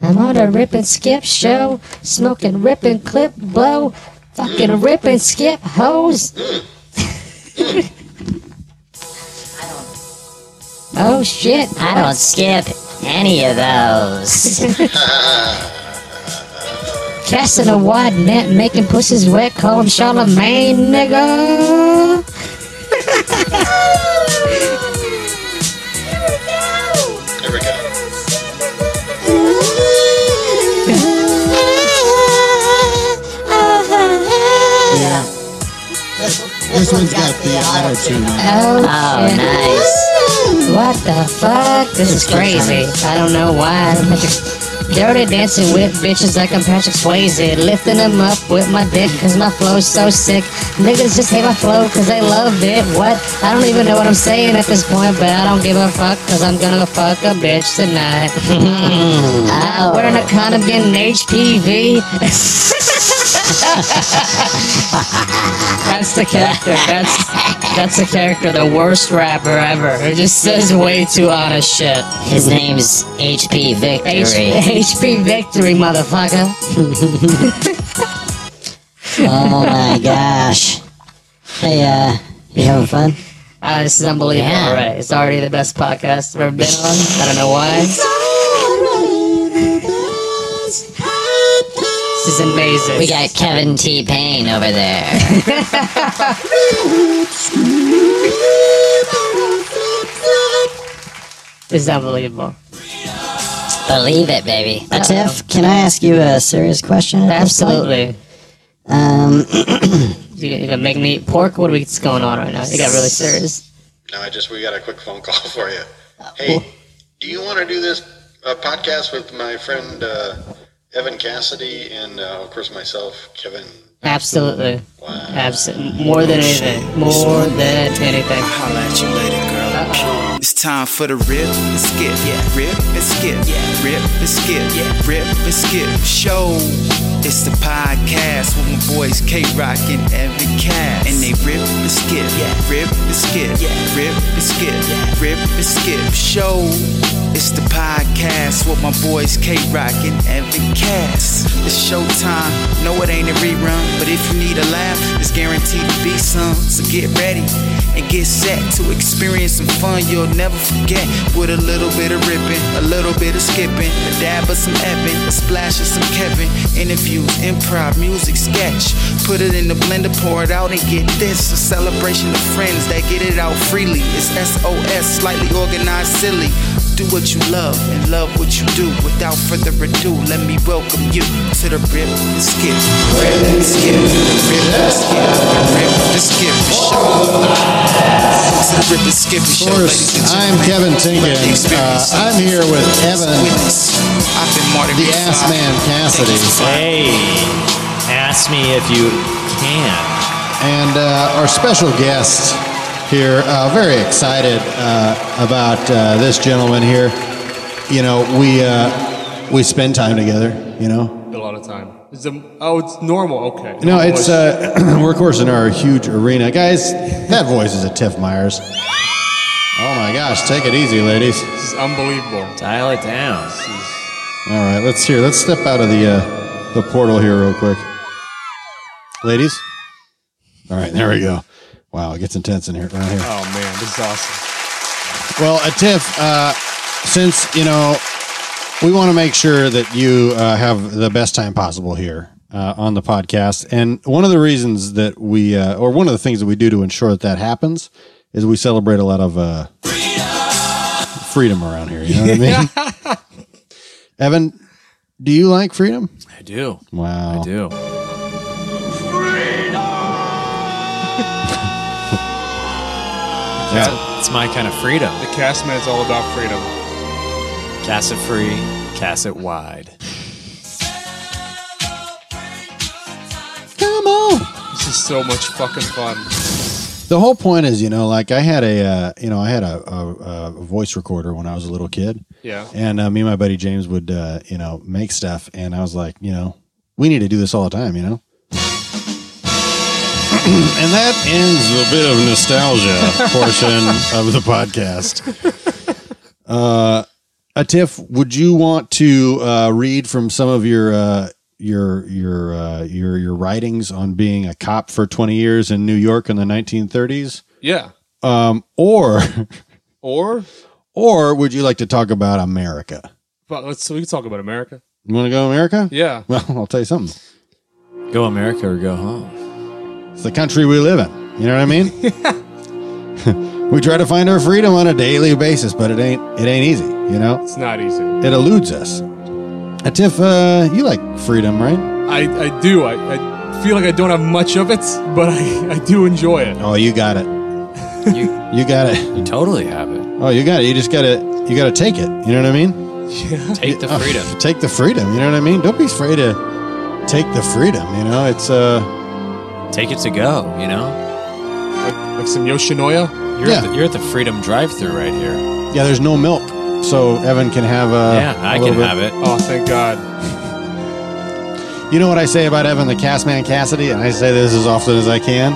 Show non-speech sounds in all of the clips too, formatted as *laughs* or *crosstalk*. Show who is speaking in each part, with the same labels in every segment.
Speaker 1: I'm on a rip and skip show, smoking rip and clip blow, fucking rip and skip hose. *laughs* oh shit, I don't skip any of those. Casting a wide net, making pussies wet, call him Charlemagne, nigga.
Speaker 2: Here we go.
Speaker 3: Yeah. This one's got the auto-tune on it.
Speaker 1: Oh, shit.
Speaker 2: Nice.
Speaker 1: What the fuck? This is crazy. I don't know why. Dirty dancing with bitches like I'm Patrick Swayze. Lifting them up with my dick cause my flow's so sick. Niggas just hate my flow cause they love it. What? I don't even know what I'm saying at this point, but I don't give a fuck cause I'm gonna fuck a bitch tonight. I'm wearing a condom getting HPV. That's the character. That's that's the character. The worst rapper ever. It just says way too honest shit.
Speaker 4: His name's HP
Speaker 1: H-
Speaker 4: Victory.
Speaker 1: HP victory, motherfucker.
Speaker 4: *laughs* oh my gosh. Hey, uh, you having fun?
Speaker 1: Uh, this is unbelievable.
Speaker 4: Yeah.
Speaker 1: All right, it's already the best podcast I've ever been on. I don't know why. This is amazing.
Speaker 4: We got Kevin T. Payne over there.
Speaker 1: *laughs* this is unbelievable.
Speaker 4: Believe it, baby. Uh, Tiff, can I ask you a serious question? at this point?
Speaker 1: Absolutely.
Speaker 4: Um,
Speaker 1: You, you gonna make me eat pork? What are we, what's going on right now? You got really serious.
Speaker 2: No, I just we got a quick phone call *laughs* for you. Hey, do you want to do this uh, podcast with my friend uh, Evan Cassidy and uh, of course myself, Kevin?
Speaker 1: Absolutely.
Speaker 2: Wow.
Speaker 1: Absolutely. More than anything. More than anything.
Speaker 5: Holla at you later, girl. It's time for the rip and skip. Yeah. Rip and skip. Yeah. Rip and skip. Yeah. Rip and skip show. It's the podcast with my boys K Rock and Evan Cass. And they rip and skip. Yeah. Rip and skip. Yeah. Rip and skip. Yeah. Rip and skip show. It's the podcast with my boys K Rock and Evan Cass. It's showtime. No, it ain't a rerun. But if you need a laugh, it's guaranteed to be some. So get ready and get set to experience some fun you'll never forget. With a little bit of ripping, a little bit of skipping, a dab of some ebbing, a splash of some Kevin. Interviews, improv, music, sketch. Put it in the blender, pour it out, and get this. A celebration of friends that get it out freely. It's SOS, slightly organized, silly. Do what you love and love what you do. Without further ado, let me welcome you to the Rip and Skip. Rip and Skip. Rip and Skip. Rip and Skip. Show. To the Rip and Skip.
Speaker 3: Of
Speaker 5: Show. ladies
Speaker 3: course,
Speaker 5: and
Speaker 3: I'm Kevin
Speaker 5: gentlemen.
Speaker 3: Tinkin.
Speaker 5: Let the
Speaker 3: Uh,
Speaker 5: experience
Speaker 3: I'm here with Evan,
Speaker 5: Witness. I've been Marty
Speaker 3: the
Speaker 5: Reeves.
Speaker 3: ass man Cassidy,
Speaker 6: Hey, ask me if you can.
Speaker 3: and uh, our special guest here. Uh, very excited uh, about uh, this gentleman here. You know, we uh, we spend time together. You know,
Speaker 7: a lot of time. Is it, oh, it's normal. Okay.
Speaker 3: no, it's uh, *clears throat* we're of course in our huge arena, guys. That voice is a Tiff Myers. Oh my gosh, take it easy, ladies.
Speaker 7: This is unbelievable.
Speaker 6: Dial it down.
Speaker 3: All right, let's hear. Let's step out of the uh, the portal here real quick, ladies. All right, there we go. Wow, it gets intense in here. Around here.
Speaker 7: Oh man, this is awesome.
Speaker 3: Well, a Tiff, uh, since you know, we want to make sure that you uh, have the best time possible here uh, on the podcast, and one of the reasons that we, uh, or one of the things that we do to ensure that that happens, is we celebrate a lot of uh, freedom around here. You
Speaker 7: *laughs*
Speaker 3: know what I mean? Evan, do you like freedom?
Speaker 6: I do.
Speaker 3: Wow.
Speaker 6: I do.
Speaker 3: Yeah.
Speaker 6: It's my kind of freedom.
Speaker 7: The cast man is all about freedom.
Speaker 6: Cast it free, cast it wide.
Speaker 3: Come on.
Speaker 7: This is so much fucking fun.
Speaker 3: The whole point is, you know, like I had a, uh, you know, I had a, a, a voice recorder when I was a little kid.
Speaker 7: Yeah.
Speaker 3: And uh, me and my buddy James would, uh, you know, make stuff. And I was like, you know, we need to do this all the time, you know? *clears throat* and that ends the bit of nostalgia portion of the podcast. Uh, Uh, Tiff, would you want to uh, read from some of your uh, your your uh, your your writings on being a cop for twenty years in New York in the nineteen thirties,
Speaker 7: Yeah.
Speaker 3: um, or *laughs*
Speaker 7: Or,
Speaker 3: or would you like to talk about America?
Speaker 7: but let's so we can talk about America.
Speaker 3: You want to go America?
Speaker 7: Yeah.
Speaker 3: Well, I'll tell you something.
Speaker 6: Go America or go home.
Speaker 3: It's the country we live in. You know what I
Speaker 6: *laughs*
Speaker 3: mean? *laughs* we try to find our freedom on a daily basis, but it ain't it ain't easy. You know,
Speaker 7: It's not easy.
Speaker 3: it eludes us. Uh, Tiff, uh, you like freedom, right?
Speaker 7: I, I do. I, I feel like I don't have much of it, but I, *laughs* I do enjoy it.
Speaker 3: Oh, you got it.
Speaker 6: You,
Speaker 3: *laughs* You got it.
Speaker 6: you totally have it.
Speaker 3: Oh, you got it. You just gotta you gotta take it. You know what I mean?
Speaker 6: Take the
Speaker 3: Oh,
Speaker 6: freedom.
Speaker 3: take the freedom. You know what I mean? Don't be afraid to take the freedom. You know, it's uh
Speaker 6: Take it to go, you know?
Speaker 7: Like some Yoshinoya.
Speaker 6: You're,
Speaker 3: Yeah.
Speaker 6: at, the, you're at the freedom drive through right here.
Speaker 3: yeah. There's no milk, so Evan can have uh
Speaker 6: yeah,
Speaker 3: a
Speaker 6: I
Speaker 3: little
Speaker 6: can
Speaker 3: bit.
Speaker 6: have it.
Speaker 7: Oh, thank God.
Speaker 3: You know what I say about Evan the Castman Cassidy, and I say this as often as I can.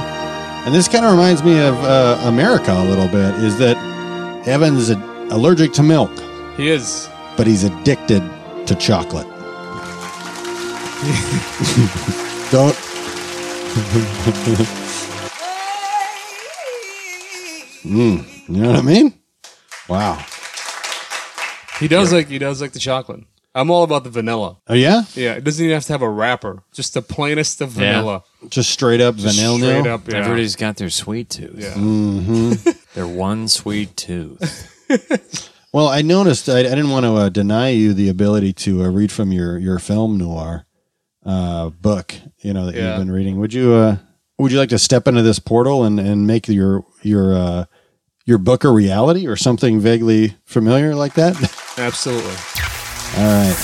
Speaker 3: And this kind of reminds me of uh, America a little bit. Is that Evan's a- allergic to milk,
Speaker 7: He is.
Speaker 3: but he's addicted to chocolate. *laughs* Don't Mm, You know what I mean? Wow.
Speaker 7: He does like he does like the chocolate. I'm all about the vanilla.
Speaker 3: Oh yeah,
Speaker 7: Yeah, it doesn't even have to have a wrapper. Just the plainest of vanilla.
Speaker 3: just straight up vanilla.
Speaker 7: Straight up. Yeah.
Speaker 6: Everybody's got their sweet tooth.
Speaker 7: Yeah.
Speaker 3: Mm-hmm.
Speaker 6: *laughs* Their one sweet tooth.
Speaker 3: Well, I noticed I, I didn't want to uh, deny you the ability to uh, read from your your film noir uh, book. You know that
Speaker 7: Yeah.
Speaker 3: you've been reading. Would you uh, Would you like to step into this portal and and make your your uh, your book a reality or something vaguely familiar like that? *laughs*
Speaker 7: Absolutely.
Speaker 3: All right.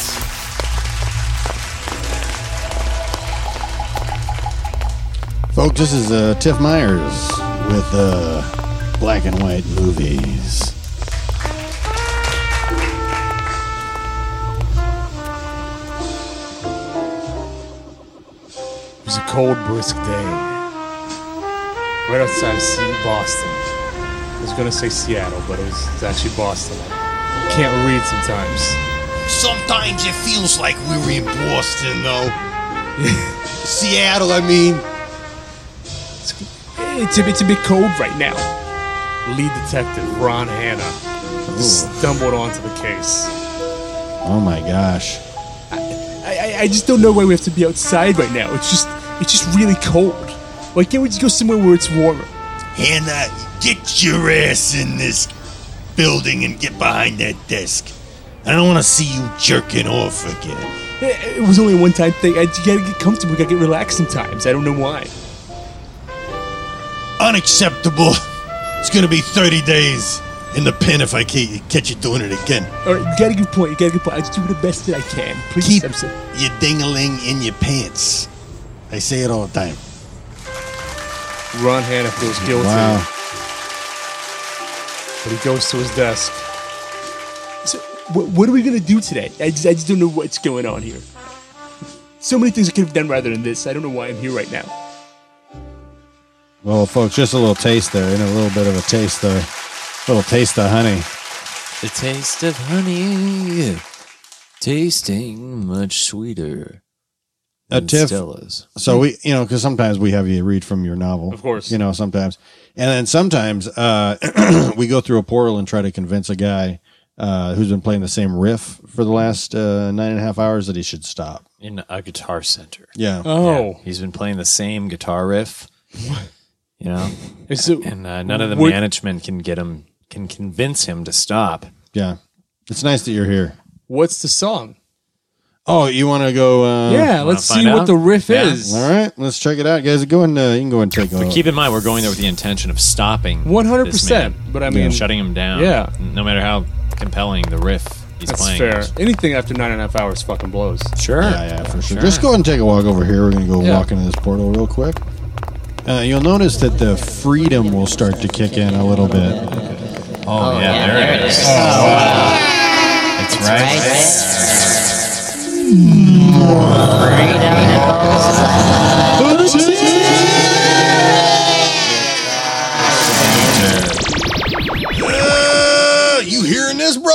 Speaker 3: Folks, this is uh, Tiff Myers with uh, Black and White Movies.
Speaker 7: It was a cold, brisk day. Right outside of Se- Boston. I was going to say Seattle, but it was, it's actually Boston. I can't read sometimes.
Speaker 8: Sometimes it feels like we were in Boston,
Speaker 3: *laughs*
Speaker 8: though. Seattle, I mean.
Speaker 7: It's, it's, a, bit- it's a bit cold right now. Lead detective Ron Hanna just stumbled onto the case.
Speaker 3: Oh my gosh.
Speaker 7: I, I, I just don't know why we have to be outside right now. It's just it's just really cold. Why can't we just go somewhere where it's warmer?
Speaker 8: Hannah, uh, get your ass in this building and get behind that desk. I don't want to see you jerking off again.
Speaker 7: It, it was only a one-time thing. I, you gotta get comfortable. You gotta get relaxed sometimes. I don't know why.
Speaker 8: Unacceptable. It's going to be 30 days in the pen if I ca- catch you doing it again.
Speaker 7: All right, you gotta get point. You gotta get point. I just do the best that I can. Please,
Speaker 8: Keep
Speaker 7: I'm so-
Speaker 8: your ding-a-ling in your pants. I say it all the time.
Speaker 7: Ron Hanna feels guilty,
Speaker 3: Wow.
Speaker 7: but he goes to his desk. So, wh- what are we gonna do today? I just, I just don't know what's going on here. So many things I could have done rather than this. I don't know why I'm here right now.
Speaker 3: Well, folks, just a little taste there, and a little bit of a taste there, little taste of honey.
Speaker 6: the taste of honey. Tasting much sweeter.
Speaker 3: A
Speaker 6: than
Speaker 3: tiff.
Speaker 6: Stella's.
Speaker 3: So we, you know, because sometimes we have you read from your novel,
Speaker 7: Of course.
Speaker 3: You know, sometimes, and then sometimes uh, *clears throat* we go through a portal and try to convince a guy uh, who's been playing the same riff for the last uh, nine and a half hours that he should stop.
Speaker 6: In a guitar center.
Speaker 3: Yeah,
Speaker 7: Oh,
Speaker 6: He's been playing the same guitar riff. You know?
Speaker 7: so
Speaker 6: And uh, none of the
Speaker 7: Would-
Speaker 6: management can get him, can convince him to stop.
Speaker 3: yeah. It's nice that you're here.
Speaker 7: what's the song?
Speaker 3: Oh, you want to go? Uh,
Speaker 7: yeah, let's
Speaker 6: find
Speaker 7: see what
Speaker 6: out?
Speaker 7: the riff
Speaker 6: Yeah.
Speaker 7: is.
Speaker 3: All right, let's check it out, guys. Go and uh, you can go and take.
Speaker 6: But
Speaker 3: a-
Speaker 6: keep in mind, we're going there with the intention of stopping. this
Speaker 7: 100%,
Speaker 6: man.
Speaker 7: but I mean-
Speaker 6: shutting him down.
Speaker 7: Yeah.
Speaker 6: No matter how compelling the riff he's
Speaker 7: That's
Speaker 6: playing.
Speaker 7: fair.
Speaker 6: is.
Speaker 7: Anything after nine and a half hours fucking blows.
Speaker 6: Sure.
Speaker 3: Yeah, yeah, for sure. Just go ahead and take a walk over here. We're going to go
Speaker 7: Yeah.
Speaker 3: walk into this portal real quick. Uh, you'll notice that the freedom will start to kick in a little bit.
Speaker 6: Oh, yeah, there, it is. It's right.
Speaker 8: Uh, you hearing this, bro?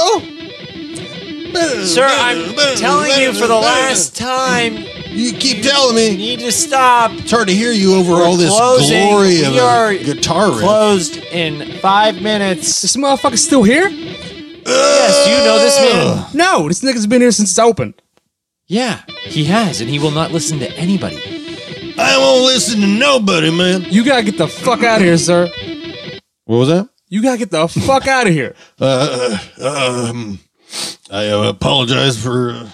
Speaker 6: Sir, I'm telling you for the last time,
Speaker 3: You keep telling
Speaker 6: you
Speaker 3: me.
Speaker 6: need to stop.
Speaker 3: It's hard to hear you over all this
Speaker 6: closing.
Speaker 3: glory of
Speaker 6: we are
Speaker 3: a guitar riff.
Speaker 6: closed in five minutes.
Speaker 7: This motherfucker's still here?
Speaker 6: Yes, you know this man.
Speaker 7: No, this nigga's been here since it's open.
Speaker 6: Oh. Yeah, he has, and he will not listen to anybody.
Speaker 9: I won't listen to nobody, man.
Speaker 7: You gotta get the fuck out of here, sir.
Speaker 3: What was that?
Speaker 7: You gotta get the fuck *laughs* out of here.
Speaker 9: Uh, um, I uh, apologize for. Uh,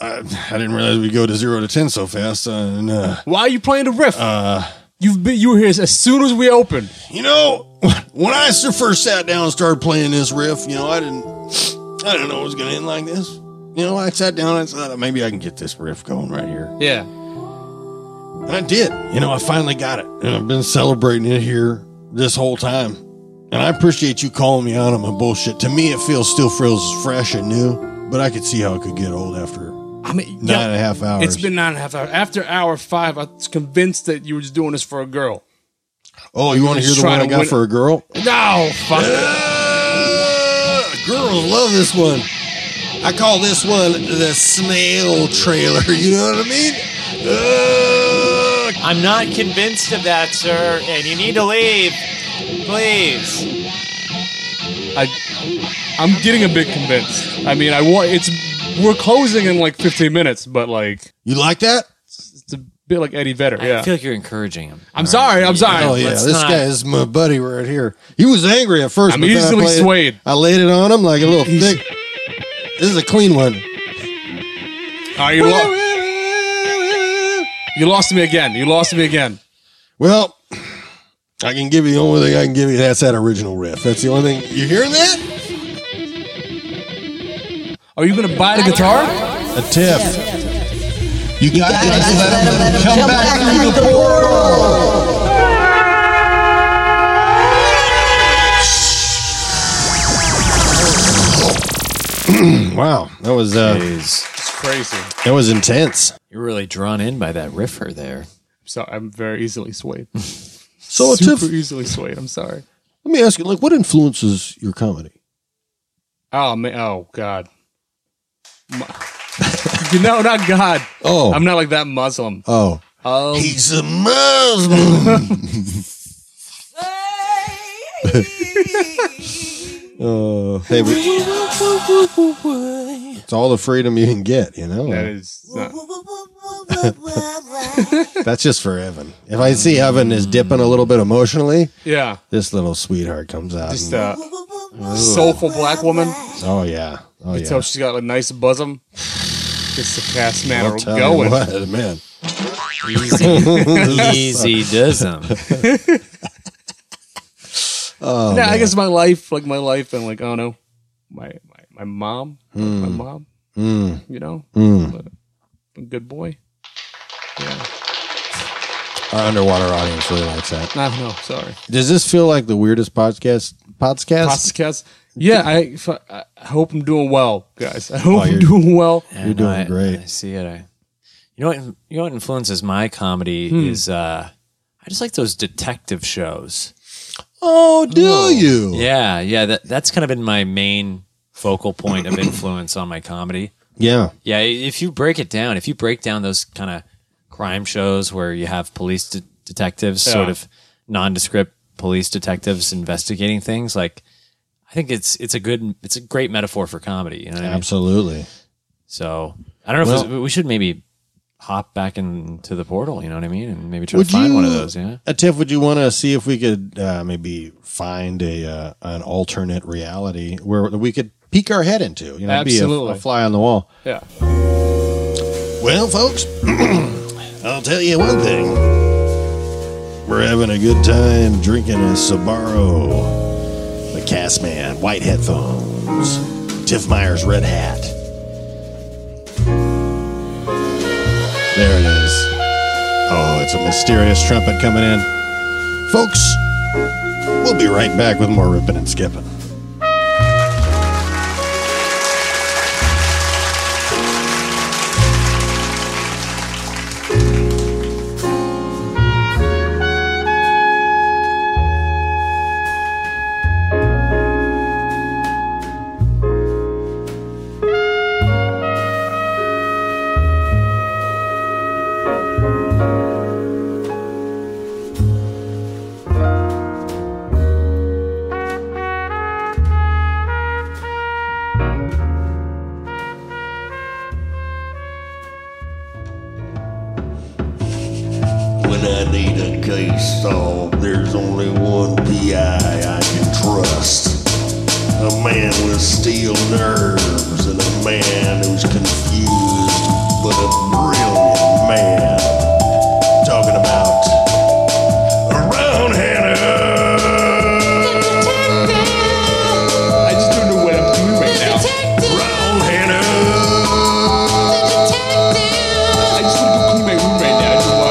Speaker 9: I,
Speaker 3: I didn't realize we'd go to zero to ten so fast. Uh, and, uh,
Speaker 7: Why are you playing the riff?
Speaker 9: Uh,
Speaker 7: You've been you were here as soon as we opened.
Speaker 9: you know, when I s- first sat down and started playing this riff, you know, I didn't, I didn't know it was gonna end like this. You know, I sat down and thought maybe I can get this riff going right here.
Speaker 7: Yeah.
Speaker 9: And I did. You know, I finally got it. And I've been celebrating it here this whole time. And I appreciate you calling me out on my bullshit. To me, it feels still feels fresh and new, but I could see how it could get old after
Speaker 7: I mean
Speaker 9: nine and a half hours.
Speaker 7: It's been nine and a half hours. After hour five, I was convinced that you were just doing this for a girl.
Speaker 3: oh, you want to hear the
Speaker 7: trying
Speaker 3: one I
Speaker 7: to
Speaker 3: got
Speaker 7: win-
Speaker 3: for a girl?
Speaker 7: No, fuck.
Speaker 9: Ah,
Speaker 3: *laughs*
Speaker 9: girls love this one. I call this one the snail
Speaker 3: *laughs*
Speaker 9: trailer. You know what I mean? Ah,
Speaker 3: Uh,
Speaker 6: I'm not convinced of that, sir, and you need to leave. Please.
Speaker 7: I, I'm getting a bit convinced. I mean, I want it's. We're closing in like 15 minutes, but like
Speaker 9: you like that?
Speaker 7: it's a bit like Eddie Vedder.
Speaker 6: I
Speaker 7: Yeah.
Speaker 6: feel like you're encouraging him.
Speaker 7: I'm sorry. I'm sorry.
Speaker 3: Oh yeah,
Speaker 6: Let's
Speaker 3: this
Speaker 6: not-
Speaker 3: guy is my buddy right here. He was angry at first.
Speaker 7: I'm
Speaker 3: but then I
Speaker 7: easily
Speaker 3: played-
Speaker 7: swayed.
Speaker 3: I laid it on him like a little thick. This is a clean one.
Speaker 7: Oh, you, lo- you lost me again. You lost me again.
Speaker 3: Well, I can give you the only thing I can give you. That's that original riff. That's the only thing. You hearing that?
Speaker 7: Are you gonna buy the guitar?
Speaker 3: A tip.
Speaker 9: You got that?
Speaker 3: *clears throat* Wow, that was uh,
Speaker 6: Jeez.
Speaker 7: It's crazy.
Speaker 3: that was intense.
Speaker 6: You're really drawn in by that riffer there.
Speaker 7: So I'm very easily swayed.
Speaker 3: So,
Speaker 7: Super
Speaker 3: Tiff,
Speaker 7: easily swayed. I'm sorry.
Speaker 3: let me ask you, like, what influences your comedy?
Speaker 7: Oh man. Oh god. *laughs* My- no, not God.
Speaker 3: Oh,
Speaker 7: I'm not like that Muslim.
Speaker 3: oh,
Speaker 7: Oh,
Speaker 9: He's a Muslim.
Speaker 3: *laughs* uh, hey, but- it's all the freedom you can get. You know,
Speaker 7: that is. Not,
Speaker 3: that's just for Evan. If I see Evan is dipping a little bit emotionally,
Speaker 7: yeah,
Speaker 3: this little sweetheart comes out.
Speaker 7: just
Speaker 3: and-
Speaker 7: a soulful black woman.
Speaker 3: oh yeah, oh
Speaker 7: You
Speaker 3: yeah.
Speaker 7: tell she's got a nice bosom. It's the cast manner
Speaker 3: I'll tell you
Speaker 7: going.
Speaker 3: what, man. *laughs*
Speaker 6: *laughs* Easy does him.
Speaker 7: yeah, I guess my life, like my life, and like oh no, my my, my mom, like my
Speaker 3: Hmm.
Speaker 7: mom. You know, I'm a good boy.
Speaker 3: Our underwater audience really likes that.
Speaker 7: No, no, sorry.
Speaker 3: Does this feel like the weirdest podcast? Podcast?
Speaker 7: Podcast. Yeah, I, f- I hope I'm doing well, guys. I hope I'm
Speaker 3: you're-
Speaker 7: doing well.
Speaker 6: You're
Speaker 3: doing great.
Speaker 6: I see it. I, you know what? You know what influences my comedy
Speaker 7: Hmm.
Speaker 6: is. uh I just like those detective shows.
Speaker 3: oh, do you?
Speaker 6: Yeah, yeah. That that's kind of been my main focal point
Speaker 7: *coughs*
Speaker 6: of influence on my comedy.
Speaker 3: Yeah.
Speaker 6: Yeah, i- if you break it down, if you break down those kind of crime shows where you have police de- detectives, sort
Speaker 7: Yeah.
Speaker 6: of nondescript police detectives investigating things, like I think it's it's a good it's a great metaphor for comedy. You know what I mean?
Speaker 3: Absolutely.
Speaker 6: So I don't know
Speaker 3: Well-
Speaker 6: if it's- we should maybe hop back into the portal. You know what I mean? And maybe try
Speaker 3: Would
Speaker 6: to find one of
Speaker 3: you-
Speaker 6: those. Yeah.
Speaker 3: Uh, Tiff, would you want to see if we could uh, maybe find a uh, an alternate reality where we could peek our head into? You know, be a- a,
Speaker 7: Absolutely.
Speaker 3: fly on the wall.
Speaker 7: Yeah.
Speaker 9: well,
Speaker 3: *clears throat*
Speaker 9: folks, I'll tell you one thing.
Speaker 3: We're having a good time drinking a Sabaro, the cast man, white headphones, Tiff Meyer's red hat. There it is. Oh, it's a mysterious trumpet coming in. Folks, we'll be right back with more ripping and skipping.
Speaker 7: I need a case solved. There's only one PI I can trust. A man with steel nerves and a man who's confused, but a brilliant man. Talking about Round Hannah. I just don't know what I'm doing right now. Round Hannah. I just want to go clean my room right now. I don't know why.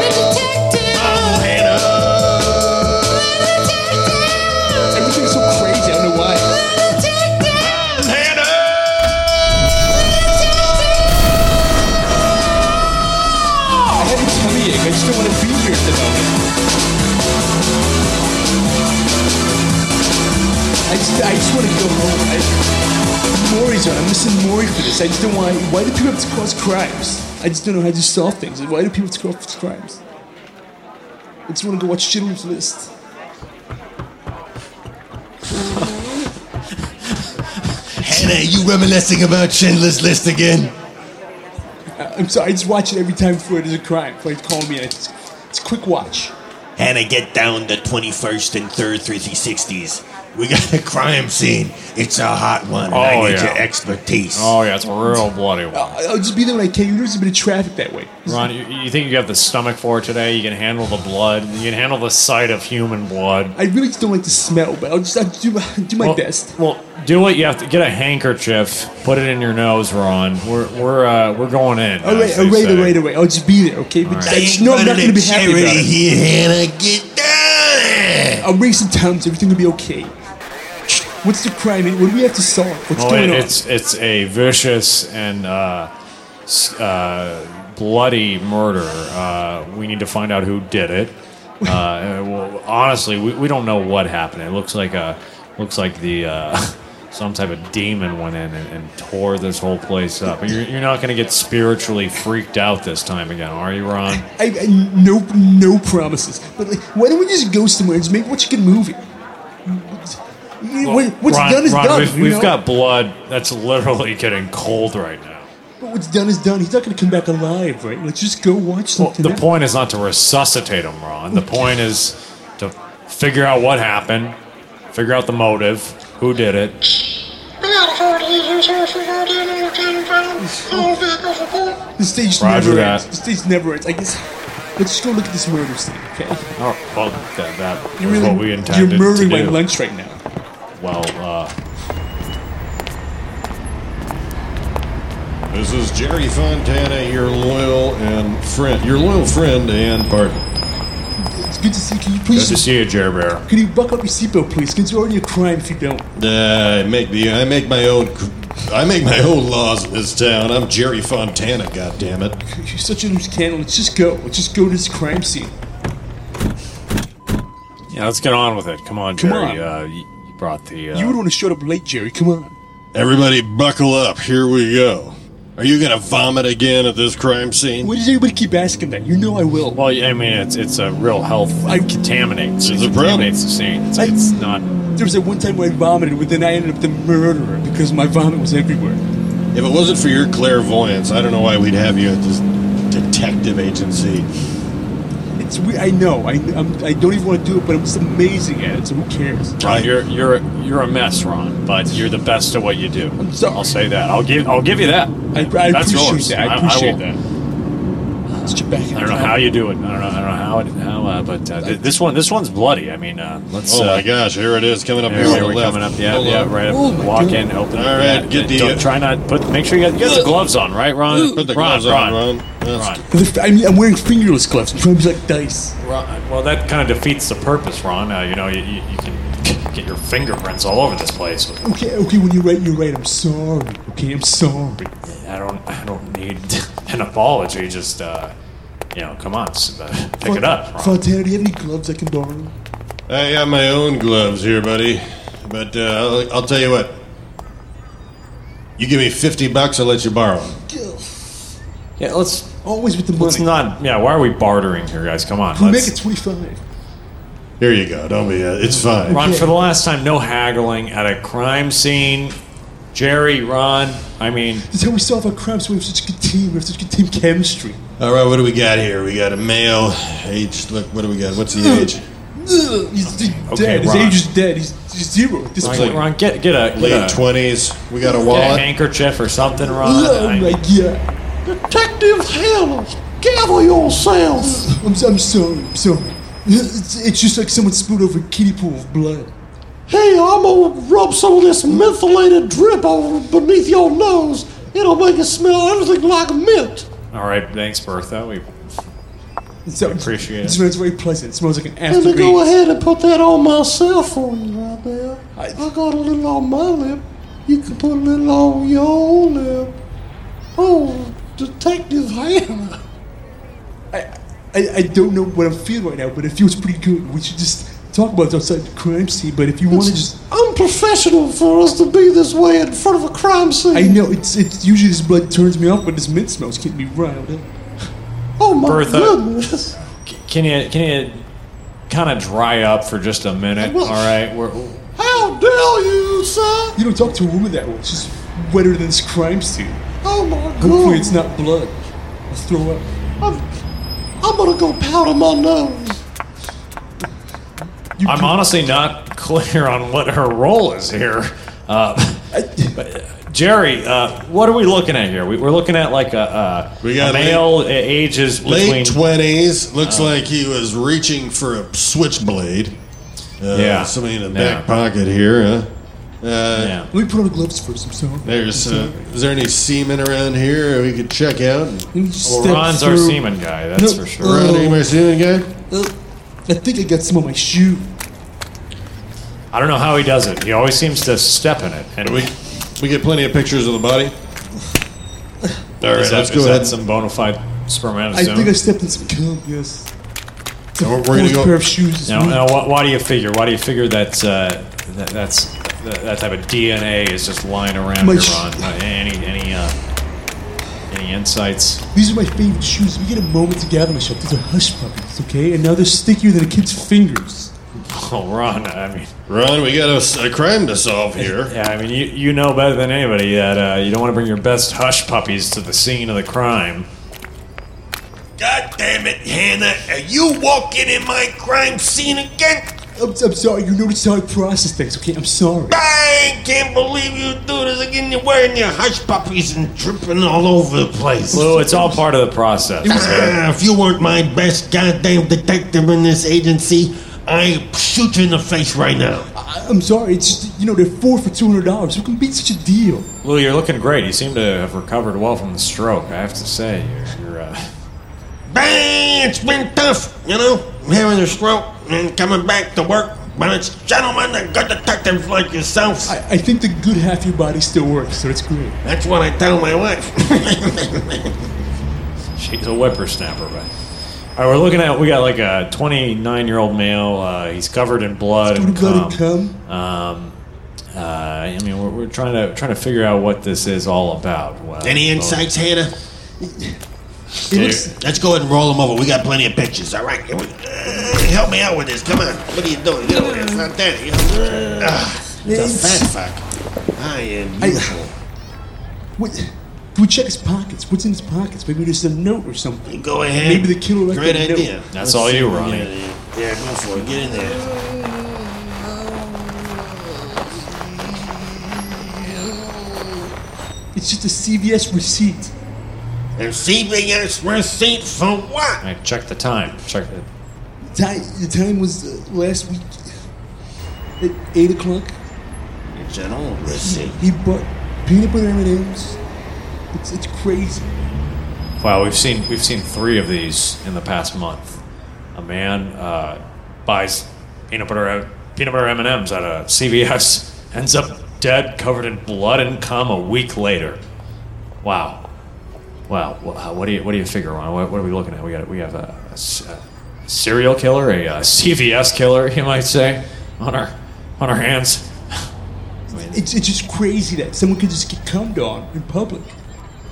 Speaker 7: Round Hannah. Everything's so crazy. I don't know why. Round Hannah. I have a tummy ache. I just don't want to be here at the moment. I just, I just want to go home. I, Maury's on. I'm missing Maury for this. I just don't want. Why do people have to cause crimes? I just don't know how to solve things. Why do people have to cause crimes? I just want to go watch Schindler's List.
Speaker 5: Hannah, you reminiscing about Schindler's List again?
Speaker 7: I- I'm sorry. I just watch it every time before there's a crime. Before they call me, and it's, it's a quick watch.
Speaker 5: Hannah, get down the 21st and 3rd 360s. We got a crime scene. It's a hot one. and I
Speaker 6: Oh,
Speaker 5: need
Speaker 6: yeah.
Speaker 5: your expertise.
Speaker 6: Oh yeah, it's a real bloody one.
Speaker 7: I'll, I'll just be there when I can. You know, there's a bit of traffic that way.
Speaker 6: Ron, you, you think you have the stomach for it today? You can handle the blood. You can handle the sight of human blood.
Speaker 7: I really just don't like the smell, but I'll just I'll do my, do my best.
Speaker 6: Well, do what you have to. Get a handkerchief, put it in your nose, Ron. We're we're uh, we're going in.
Speaker 7: All right,
Speaker 6: as
Speaker 7: all
Speaker 6: they
Speaker 7: right,
Speaker 6: say.
Speaker 7: all right, all right. I'll just be there, okay? But
Speaker 6: right.
Speaker 7: I just know I'm not going to be happy about it.
Speaker 5: Hannah. Get down
Speaker 7: I'll raise some towns. Everything will be okay. What's the crime? and What do we have to solve? What's
Speaker 6: Oh,
Speaker 7: going
Speaker 6: it-
Speaker 7: on?
Speaker 6: it's it's a vicious and uh, s- uh, bloody murder. Uh, we need to find out who did it. Uh, uh, well, honestly, we, we don't know what happened. It looks like a looks like the uh, *laughs* some type of demon went in and, and tore this whole place up. You're, you're not going to get spiritually freaked out this time again, are you, Ron?
Speaker 7: I, I no no promises. But like, why don't we just go somewhere and just make watch a good movie? What- what's
Speaker 6: Ron,
Speaker 7: done is
Speaker 6: Ron,
Speaker 7: done.
Speaker 6: We've,
Speaker 7: you
Speaker 6: we've
Speaker 7: know?
Speaker 6: got blood that's literally getting cold right now.
Speaker 7: But what's done is done. He's not going to come back alive, right? Let's just go watch something.
Speaker 6: The point is not to resuscitate him, Ron. The point is to figure out what happened, figure out the motive, who did it.
Speaker 2: *laughs*
Speaker 7: the stage
Speaker 6: Roger
Speaker 7: never
Speaker 6: that.
Speaker 7: ends. The stage never ends. I guess. Let's just go look at this murder scene, okay?
Speaker 6: Oh, well, that, that
Speaker 7: You
Speaker 6: was
Speaker 7: really-
Speaker 6: what we intended
Speaker 7: you're murdering
Speaker 6: to
Speaker 7: my
Speaker 6: do.
Speaker 7: lunch right now.
Speaker 6: Well, uh,
Speaker 3: This is Jerry Fontana, your loyal and friend, your loyal friend and partner.
Speaker 7: It's good to see. Can you
Speaker 6: good
Speaker 7: please?
Speaker 6: to see you, Jer Bear.
Speaker 7: Can you buck up your seatbelt, please? 'Cause It's already a crime if you don't.
Speaker 3: Uh, I make the I make my own I make my own laws in this town. I'm Jerry Fontana, goddammit.
Speaker 7: You're such a loose cannon. Let's just go. Let's just go to this crime scene.
Speaker 6: Yeah, let's get on with it. Come on,
Speaker 7: Come
Speaker 6: Jerry.
Speaker 7: on.
Speaker 6: Uh, you you brought the.
Speaker 7: You were
Speaker 6: Uh,
Speaker 7: the one who showed up late, Jerry. Come on.
Speaker 3: Everybody buckle up. Here we go. Are you going to vomit again at this crime scene?
Speaker 7: Why does everybody keep asking that? You know I will.
Speaker 6: well, I mean, it's it's a real health.
Speaker 7: I-
Speaker 6: It contaminates.
Speaker 3: It's a
Speaker 6: it
Speaker 3: problem.
Speaker 6: contaminates the scene. It's,
Speaker 7: I-
Speaker 6: it's not.
Speaker 7: There was that one time where I vomited, but then I ended up the murderer because my vomit was everywhere.
Speaker 3: If it wasn't for your clairvoyance, I don't know why we'd have you at this detective agency.
Speaker 7: It's weird. I know. I I'm, I don't even want to do it, but I'm just amazing at it. So who cares?
Speaker 6: Ron, you're you're you're a mess, Ron. But you're the best at what you do.
Speaker 7: I'm sorry.
Speaker 6: I'll say that. I'll give I'll give you that.
Speaker 7: I, I
Speaker 6: That's
Speaker 7: appreciate
Speaker 6: yours.
Speaker 7: that. I
Speaker 6: will-
Speaker 7: appreciate that.
Speaker 6: I
Speaker 7: Let's get back.
Speaker 6: don't know how you do it. I don't know. I don't know how it. How, uh, but uh, th- this one, this one's bloody. I mean, uh, let's.
Speaker 3: Oh
Speaker 6: uh,
Speaker 3: my gosh, here it is coming up
Speaker 6: Here,
Speaker 3: here,
Speaker 6: here
Speaker 3: on
Speaker 6: we're
Speaker 3: the left.
Speaker 6: coming up. Yeah,
Speaker 3: Hold
Speaker 6: yeah,
Speaker 3: on.
Speaker 6: right. Up.
Speaker 7: Oh my
Speaker 6: Walk
Speaker 7: God.
Speaker 6: in, open.
Speaker 3: All
Speaker 6: the-
Speaker 3: right,
Speaker 6: yeah,
Speaker 3: get the-
Speaker 6: Don't, try not put. Make sure you got, you got the gloves on, right, Ron?
Speaker 3: Put the
Speaker 6: Ron,
Speaker 3: gloves on,
Speaker 6: Ron.
Speaker 3: Ron. That's-
Speaker 6: Ron.
Speaker 7: I mean, I'm wearing fingerless gloves. I'm trying to be like dice.
Speaker 6: Ron. Well, that kind of defeats the purpose, Ron. Uh, you know, you, you, you can get your fingerprints all over this place.
Speaker 7: Okay, okay. When you're right, you're right. I'm sorry. Okay, I'm sorry.
Speaker 6: I don't. I don't need an apology. Just, uh, you know, come on, s- uh, pick it up, Ron.
Speaker 7: Fontana, do you have any gloves I can borrow?
Speaker 3: I got my own gloves here, buddy. But uh, I'll, I'll tell you what. You give me 50 bucks, I'll let you borrow 'em.
Speaker 6: Yeah, let's
Speaker 7: Always with the
Speaker 6: Let's
Speaker 7: money.
Speaker 6: not. Yeah, why are we bartering here, guys? Come on.
Speaker 7: we
Speaker 6: let's-
Speaker 7: make it 25.
Speaker 3: Here you go. Don't be. Uh, it's fine.
Speaker 6: Ron, for the last time, no haggling at a crime scene. Jerry, Ron. I mean,
Speaker 7: That's how we solve our crimes. We have such a good team. We have such good team chemistry.
Speaker 3: All right, what do we got here? We got a male age. Look, what do we got? What's the age?
Speaker 6: Hmm.
Speaker 7: Ugh, He's d- dead.
Speaker 6: Okay,
Speaker 7: His
Speaker 6: Ron.
Speaker 7: age is dead. He's, he's zero. at This
Speaker 6: Ron,
Speaker 7: point.
Speaker 6: Ron, get get a get
Speaker 3: Late
Speaker 6: a,
Speaker 3: twenties. We got a
Speaker 6: get a
Speaker 3: wallet.
Speaker 6: handkerchief or something, Ron.
Speaker 7: Oh
Speaker 6: I-
Speaker 7: my god.
Speaker 8: Detective Helms, gather yourself.
Speaker 7: I'm, I'm sorry. I'm sorry. It's, it's just like someone spilled over a kiddie pool of blood.
Speaker 8: Hey, I'm gonna rub some of this methylated drip over beneath your nose. It'll make it smell anything like mint.
Speaker 6: All right, thanks, Bertha. We
Speaker 7: So,
Speaker 6: Appreciate it.
Speaker 7: It smells very pleasant. It smells like an
Speaker 8: Let
Speaker 7: after
Speaker 8: me go
Speaker 7: bath.
Speaker 8: ahead and put that on myself for you right there. I got a little on my lip. You can put a little on your lip. Oh, Detective Hannah.
Speaker 7: I, I don't know what I'm feeling right now, but it feels pretty good. We should just talk about it outside the crime scene. But if you want to just,
Speaker 8: Unprofessional for us to be this way in front of a crime scene.
Speaker 7: I know it's it's usually this blood turns me off, but this mint smells keep me riled up.
Speaker 8: oh my
Speaker 6: Bertha.
Speaker 8: goodness.
Speaker 6: can you can you kind of dry up for just a minute? All
Speaker 8: Well-
Speaker 6: right, we're
Speaker 8: How dare you, sir?
Speaker 7: You don't talk to a woman that way. She's wetter than this crime scene.
Speaker 8: Oh my
Speaker 7: Hopefully,
Speaker 8: god.
Speaker 7: it's not blood. I'll throw up.
Speaker 8: I'm, I'm gonna go powder my nose.
Speaker 7: You
Speaker 6: I'm
Speaker 7: can-
Speaker 6: honestly not clear on what her role is here. Uh, Jerry, uh, what are we looking at here? We, we're looking at like a, uh,
Speaker 3: We got
Speaker 6: a male uh, ages between. Oh.
Speaker 3: Late twenties. Looks like he was reaching for a switchblade. Uh,
Speaker 6: Yeah.
Speaker 3: Somebody in the
Speaker 6: Yeah.
Speaker 3: back pocket here. Huh? Uh,
Speaker 6: yeah.
Speaker 7: Let me put on gloves first. I'm sorry.
Speaker 3: There's.
Speaker 7: I'm
Speaker 3: Uh,
Speaker 7: sorry.
Speaker 6: Mm-hmm.
Speaker 3: is there any semen around here we could check out?
Speaker 7: Let me just
Speaker 6: Well,
Speaker 7: step
Speaker 6: Ron's our
Speaker 7: through.
Speaker 6: semen guy, that's
Speaker 7: No.
Speaker 6: for sure.
Speaker 3: Around
Speaker 7: Oh.
Speaker 3: anybody semen guy?
Speaker 7: Uh, I think I got some on my shoe.
Speaker 6: I don't know how he does it. He always seems to step in it. And
Speaker 3: We we get plenty of pictures of the body. All right,
Speaker 6: is that,
Speaker 3: let's
Speaker 6: is
Speaker 3: go
Speaker 6: that
Speaker 3: ahead.
Speaker 6: some bona fide
Speaker 7: I
Speaker 6: spermatozoa?
Speaker 7: think I stepped in some cum. Yes. It's a
Speaker 3: We're- we're gonna
Speaker 7: fourth
Speaker 3: go-
Speaker 7: pair of shoes.
Speaker 6: now, now, why, why do you figure? Why do you figure that, uh, that that's that, that type of DNA is just lying around
Speaker 7: My
Speaker 6: here,
Speaker 7: sh-
Speaker 6: Ron? Uh, any any uh, any insights?
Speaker 7: These are my favorite shoes. We get a moment to gather myself. These are hush puppies, okay? And now they're stickier than a kid's fingers.
Speaker 6: Oh, Ron, I mean,
Speaker 3: Ron, we got a, a crime to solve here.
Speaker 6: Yeah, I mean, you, you know better than anybody that uh, you don't want to bring your best hush puppies to the scene of the crime.
Speaker 8: God damn it, Hannah. Are you walking in my crime scene again?
Speaker 7: I'm, I'm sorry. You noticed how I process things, okay? I'm sorry.
Speaker 8: I can't believe you do this again. You're wearing your hush puppies and dripping all over the place.
Speaker 6: Lou, it's all part of the process. okay?
Speaker 8: Ah, if you weren't my best goddamn detective in this agency, I shoot you in the face right now.
Speaker 7: I, I'm sorry. It's just, you know, they're four for $200. Who can beat such a deal?
Speaker 6: Lou, you're looking great. You seem to have recovered well from the stroke. I have to say, you're, you're uh, *laughs*
Speaker 8: Man, it's been tough, you know, having a stroke and coming back to work. But it's gentlemen and good detectives like yourself.
Speaker 7: I, I think the good half of your body still works, so it's great.
Speaker 8: That's what I tell my
Speaker 7: *laughs*
Speaker 8: wife.
Speaker 6: she's a whippersnapper. But all right, we're looking at we got like a 29 year old male. Uh, he's covered in blood and
Speaker 7: Blood and
Speaker 6: cum.
Speaker 7: cum.
Speaker 6: Um, uh, I mean, we're, we're trying to trying to figure out what this is all about. Well,
Speaker 8: Any insights, Hannah?
Speaker 7: It looks,
Speaker 8: Let's go ahead and roll them over. We got plenty of pictures. All right, here we- uh, help me out with this. Come on. What are you doing? Get over here. It's not that. You know? Ah, it's a fat fuck. I am
Speaker 7: I-
Speaker 8: beautiful.
Speaker 7: what, can we check his pockets? What's in his pockets? Maybe there's a note or something.
Speaker 8: Go ahead.
Speaker 7: Maybe the killer left
Speaker 8: Great
Speaker 7: a note.
Speaker 8: idea.
Speaker 6: That's all you, Ronnie.
Speaker 8: Yeah, go for it. Get in there.
Speaker 7: It's just a CVS receipt.
Speaker 8: And CVS receipt for what?
Speaker 6: All right, check the time. Check the
Speaker 7: Time, the time was uh, last week at 8 o'clock.
Speaker 8: It's an old receipt.
Speaker 7: He bought peanut butter M&M's. It's, it's crazy.
Speaker 6: Wow, we've seen we've seen three of these in the past month. A man uh, buys peanut butter uh, peanut butter M and M's at a CVS, *laughs* ends up dead, covered in blood and cum. A week later, wow, wow. Wha- What do you what do you figure on? What, what are we looking at? We got we have a, a s- a serial killer, a, uh CVS killer, *laughs* you might say, on our on our hands.
Speaker 7: It's, it's just crazy that someone could just get cummed on in public.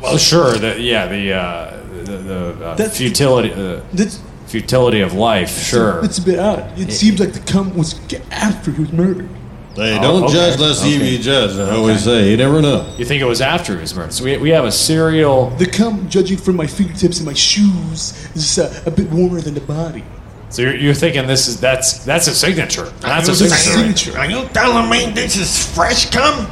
Speaker 6: Well, sure. The, yeah, the uh, the, the uh,
Speaker 7: That's-
Speaker 6: futility. Uh,
Speaker 7: That's,
Speaker 6: Futility of life, sure.
Speaker 7: It's a bit odd. It seems like the cum was g- after he was murdered.
Speaker 8: They
Speaker 6: Oh,
Speaker 8: don't
Speaker 6: okay,
Speaker 8: judge lest you
Speaker 6: okay.
Speaker 8: be judged. I always
Speaker 6: Okay.
Speaker 8: say, you never know.
Speaker 6: You think it was after his murder? So we, we have a serial.
Speaker 7: The cum, judging from my fingertips and my shoes, is uh, a bit warmer than the body.
Speaker 6: So you're, you're thinking this is that's that's a signature. That's a
Speaker 7: It was a
Speaker 6: signature.
Speaker 7: signature.
Speaker 5: Are you telling me this is fresh cum?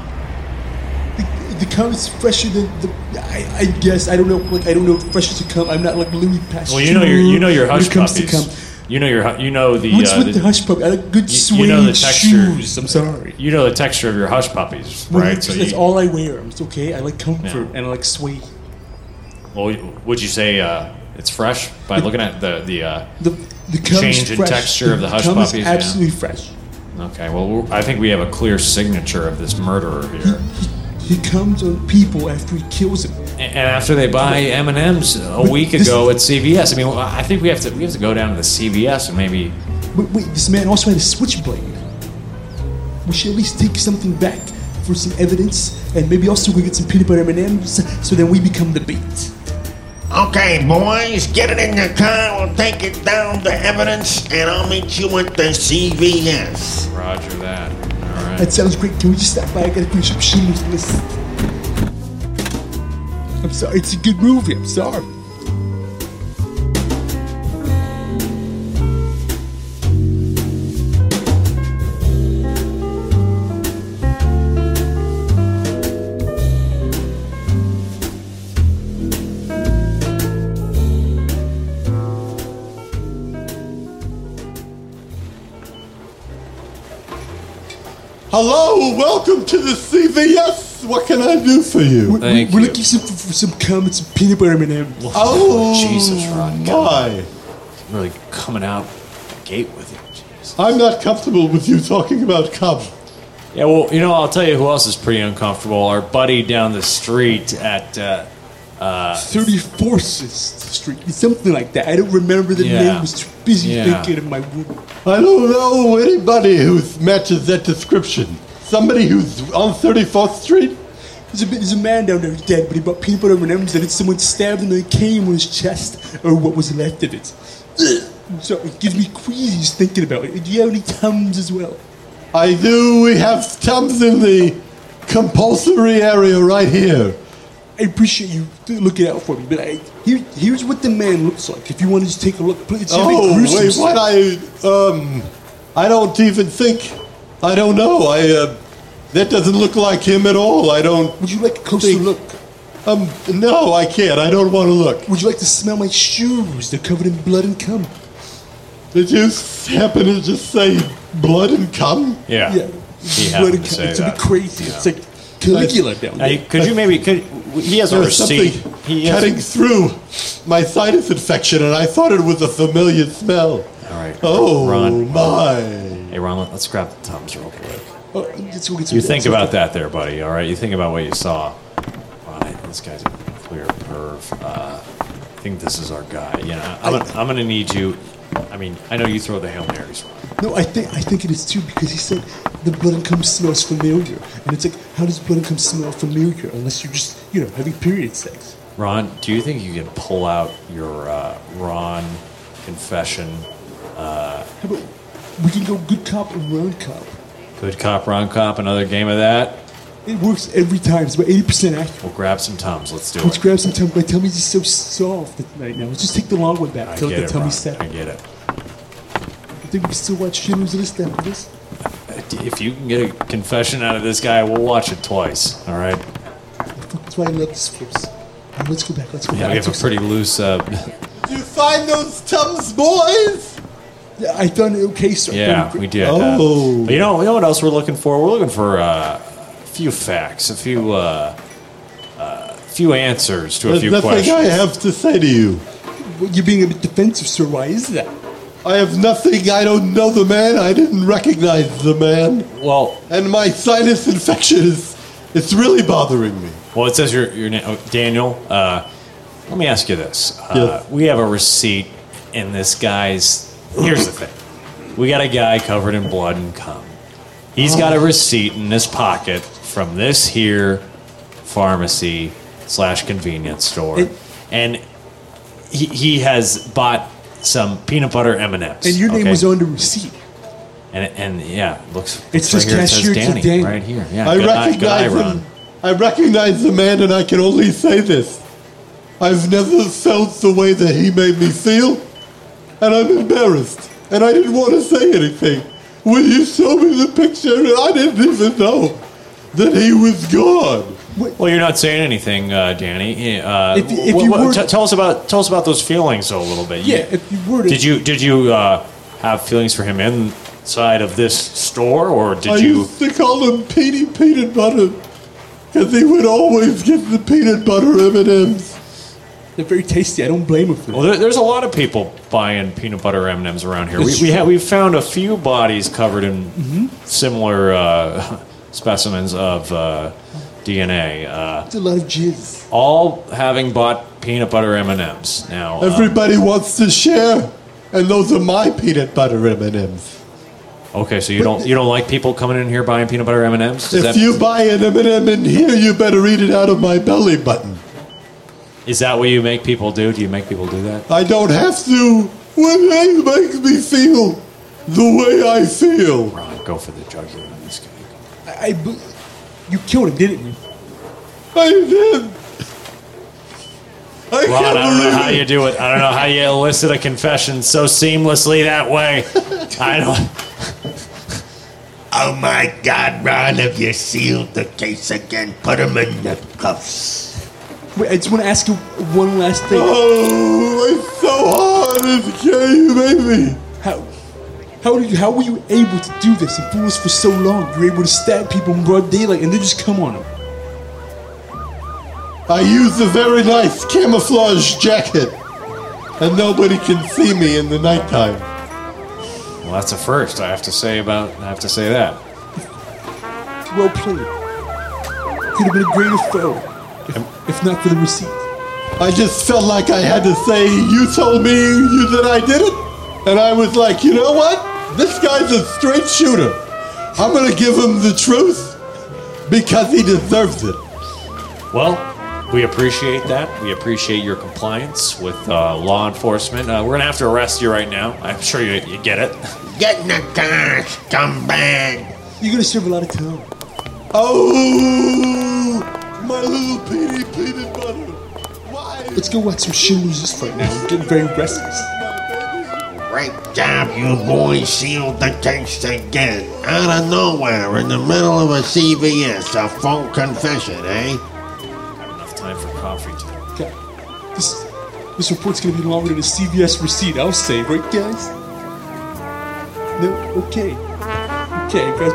Speaker 7: The cum is fresher than the. I, I guess I don't know. Like I don't know if fresh is to cum. I'm not like Louis Pasteur.
Speaker 6: Well, you know your you know your
Speaker 7: when
Speaker 6: hush
Speaker 7: it comes to cum.
Speaker 6: puppies. You know your hu- you know the
Speaker 7: What's
Speaker 6: uh,
Speaker 7: with the, hush puppy? I like good
Speaker 6: you,
Speaker 7: suede
Speaker 6: you know the texture.
Speaker 7: shoes. I'm sorry.
Speaker 6: You know the texture of your hush puppies,
Speaker 7: Well,
Speaker 6: right?
Speaker 7: that's, that's
Speaker 6: you,
Speaker 7: all I wear. It's okay. I like comfort
Speaker 6: Yeah.
Speaker 7: and I like suede.
Speaker 6: well, you- would you say uh, it's fresh by looking at the the uh,
Speaker 7: The the cum
Speaker 6: change
Speaker 7: is
Speaker 6: in
Speaker 7: fresh.
Speaker 6: texture of the hush
Speaker 7: cum
Speaker 6: puppies?
Speaker 7: Is
Speaker 6: yeah.
Speaker 7: absolutely fresh.
Speaker 6: Okay. Well, we're- I think we have a clear signature of this murderer here.
Speaker 7: He comes on people after he kills them.
Speaker 6: A- And after they buy M and M's a week ago at CVS, I mean, I think we have to we have to go down to the CVS and maybe
Speaker 7: But wait, this man also had a switchblade. We should at least take something back for some evidence, and maybe also we get some peanut butter M&Ms, so then we become the bait.
Speaker 5: Okay, boys, get it in your car. We'll take it down to evidence, and I'll meet you at the CVS.
Speaker 6: Roger that. All right.
Speaker 7: That sounds great. Can we just stop by? I gotta finish up Schindler's List. I'm sorry. It's a good movie. I'm sorry.
Speaker 8: Hello, welcome to the CVS. What can I do for you?
Speaker 7: We're, we're looking some, for some cum and some peanut butter M&Ms.
Speaker 8: Oh,
Speaker 6: Jesus, Ron.
Speaker 8: my.
Speaker 6: Really coming out the gate with you. Jeez.
Speaker 8: I'm not comfortable with you talking about cum.
Speaker 6: Yeah, well, you know, I'll tell you who else is pretty uncomfortable. Our buddy down the street at uh, uh,
Speaker 7: 34th Street, something like that. I don't remember the
Speaker 6: Yeah.
Speaker 7: name. I was too busy
Speaker 6: Yeah.
Speaker 7: thinking of my woman.
Speaker 8: I don't know anybody who matches that description. Somebody who's on 34th Street?
Speaker 7: There's a, there's a man down there who's dead, but he brought peanut butter M&M's and then someone stabbed him and a came on his chest, or what was left of it. Ugh. I'm sorry, it gives me queasies thinking about it. Do you have any tums as well?
Speaker 8: I do. We have Tums in the compulsory area right here.
Speaker 7: I appreciate you th- looking out for me, but I, here, here's what the man looks like. If you want to just take a look, please. It's really
Speaker 8: Oh,
Speaker 7: gruesome
Speaker 8: wait,
Speaker 7: stuff.
Speaker 8: what? I, um, I don't even think. I don't know. I, uh, that doesn't look like him at all. I don't,
Speaker 7: Would you like a closer
Speaker 8: Think-
Speaker 7: look?
Speaker 8: um, no, I can't. I don't want to look.
Speaker 7: Would you like to smell my shoes? They're covered in blood and cum.
Speaker 8: Did you s- happen to just say blood and cum?
Speaker 6: yeah.
Speaker 7: Yeah.
Speaker 6: He happened
Speaker 7: blood and
Speaker 6: to
Speaker 7: cum.
Speaker 6: say
Speaker 7: It's a bit
Speaker 6: that.
Speaker 7: crazy. It's like Caligula down there.
Speaker 6: Hey, could you maybe? Could he has a
Speaker 8: There was something
Speaker 6: receipt? He has,
Speaker 8: cutting through my sinus infection, and I thought it was a familiar smell.
Speaker 6: All right.
Speaker 8: Oh
Speaker 6: Ron.
Speaker 8: my!
Speaker 6: Hey, Ron, let- let's grab the tums real quick.
Speaker 7: Oh, let's go get some
Speaker 6: You think
Speaker 7: tums.
Speaker 6: about that, there, buddy. All right, you think about what you saw. All right, this guy's a clear perv. Uh, I think this is our guy. You know, I'm gonna, I'm gonna need you. I mean, I know you throw the hail marys. Ron.
Speaker 7: No, I think I think it is too because he said the blood and cum smells familiar, and it's like how does blood and cum smell familiar unless you're just you know having period sex?
Speaker 6: Ron, do you think you can pull out your uh, Ron confession?
Speaker 7: How about we can go good cop and round cop?
Speaker 6: Good cop, Ron cop, another game of that.
Speaker 7: It works every time. It's about eighty percent accurate.
Speaker 6: We'll grab some tums. Let's do
Speaker 7: Let's
Speaker 6: it.
Speaker 7: grab some tum. My tummy's just so soft right now. Let's just take the long one back.
Speaker 6: I
Speaker 7: Feel like
Speaker 6: get
Speaker 7: the
Speaker 6: it,
Speaker 7: tummy
Speaker 6: Ron.
Speaker 7: set.
Speaker 6: I get it.
Speaker 7: I think we can still watch Schindler's List after this.
Speaker 6: If you can get a confession out of this guy, we'll watch it twice. All right.
Speaker 7: That's why I love this place. Now, let's go back. Let's go
Speaker 6: Yeah,
Speaker 7: back.
Speaker 6: we have a
Speaker 7: Let's-
Speaker 6: pretty loose. Uh,
Speaker 8: Did you find those tums, boys?
Speaker 7: Yeah, I found it okay, sir.
Speaker 6: *laughs*
Speaker 7: I
Speaker 6: yeah,
Speaker 7: found it
Speaker 6: we
Speaker 7: great.
Speaker 6: did. uh,
Speaker 8: Oh.
Speaker 6: you know, you know what else we're looking for? We're looking for uh, a few facts, a few, uh, uh, few answers to a
Speaker 8: There's
Speaker 6: few
Speaker 8: nothing
Speaker 6: questions.
Speaker 8: I have to say to you.
Speaker 7: Well, You're being a bit defensive, sir. Why is that?
Speaker 8: I have nothing. I don't know the man. I didn't recognize the man,
Speaker 6: Well,
Speaker 8: and my sinus infection is—it's really bothering me.
Speaker 6: Well, it says your your name, oh, Daniel. Uh, let me ask you this: uh,
Speaker 8: Yes.
Speaker 6: We have a receipt in this guy's. Here's the thing: we got a guy covered in blood and cum. He's got a receipt in his pocket from this here pharmacy slash convenience store,
Speaker 7: And-
Speaker 6: and he, he has bought some peanut butter M and M's.
Speaker 7: And your name was on the receipt.
Speaker 6: and and yeah, it looks.
Speaker 10: It's
Speaker 6: right
Speaker 10: just
Speaker 6: here, it says
Speaker 10: cashier to
Speaker 6: Danny,
Speaker 10: Danny.
Speaker 6: right here. Yeah,
Speaker 8: I
Speaker 6: good eye- good eye,
Speaker 8: recognize
Speaker 6: Ron.
Speaker 8: him. I recognize the man, and I can only say this: I've never felt the way that he made me feel, and I'm embarrassed. And I didn't want to say anything. When you showed me the picture, I didn't even know that he was gone.
Speaker 6: Well, you're not saying anything, uh, Danny. Uh,
Speaker 10: If- if
Speaker 6: wh-
Speaker 10: you
Speaker 6: wh-
Speaker 10: were-
Speaker 6: t- tell us about tell us about those feelings though, a little bit.
Speaker 10: Yeah, if you were to-
Speaker 6: did you did you uh, have feelings for him inside of this store, or did
Speaker 8: I
Speaker 6: you?
Speaker 8: used to call him Petey Peanut Butter, because he would always get the peanut butter M&Ms.
Speaker 10: They're very tasty. I don't blame them for that.
Speaker 6: Well, there, there's a lot of people buying peanut butter M Ms around here. We
Speaker 10: That's
Speaker 6: we,
Speaker 10: true. Mm-hmm.
Speaker 6: ha- we found a few bodies covered in similar uh, *laughs* specimens of uh, DNA, uh,
Speaker 10: It's a lot of jizz.
Speaker 6: all having bought peanut butter M and Ms. Now, uh,
Speaker 8: Everybody wants to share, and those are my peanut butter M&Ms.
Speaker 6: um, okay, so you don't you don't like people coming in here buying peanut butter M and Ms.
Speaker 8: if you buy an M&M in here, you better eat it out of my belly button.
Speaker 6: Is that what you make people do? Do you make people do that?
Speaker 8: I don't have to. When they make me feel the way I feel.
Speaker 6: Ron, go for the jugular on this guy.
Speaker 10: I, I bu- you killed him, didn't you?
Speaker 8: I did. I
Speaker 6: Ron,
Speaker 8: can't
Speaker 6: I don't know
Speaker 8: believe
Speaker 6: how
Speaker 8: it.
Speaker 6: you do it. I don't know how you elicit a confession so seamlessly that way. I don't.
Speaker 11: Oh my God, Ron, have you sealed the case again? Put him in the cuffs.
Speaker 10: Wait, I just want to ask you one last thing.
Speaker 8: Oh, it's so hard to kill you, baby.
Speaker 10: How, how, did you, how were you able to do this and fool us for so long? You were able to stab people in broad daylight and then just come on them.
Speaker 8: I use a very nice camouflage jacket, and nobody can see me in the nighttime.
Speaker 6: Well, that's a first. I have to say about. I have to say that.
Speaker 10: Well played. Could have been a greater foe if, if not for the receipt.
Speaker 8: I just felt like I had to say, "You told me you, that I did it," and I was like, "You know what? This guy's a straight shooter. I'm gonna give him the truth because he deserves it."
Speaker 6: Well, we appreciate that. We appreciate your compliance with uh, law enforcement. Uh, we're gonna have to arrest you right now. I'm sure you, you get it.
Speaker 11: Get in the car, scumbag.
Speaker 10: You're going to serve a lot of time.
Speaker 8: Oh, my little peanut peanut butter.
Speaker 10: Let's go watch some Schindler's List right now. I'm getting very restless.
Speaker 11: Great job, you boys sealed the case again. Out of nowhere, in the middle of a CVS, a phone confession, eh?
Speaker 6: Enough time for coffee. Today.
Speaker 10: Okay. This, this report's going to be longer than a CVS receipt, I'll say, right, guys? No? Okay. Okay, guys.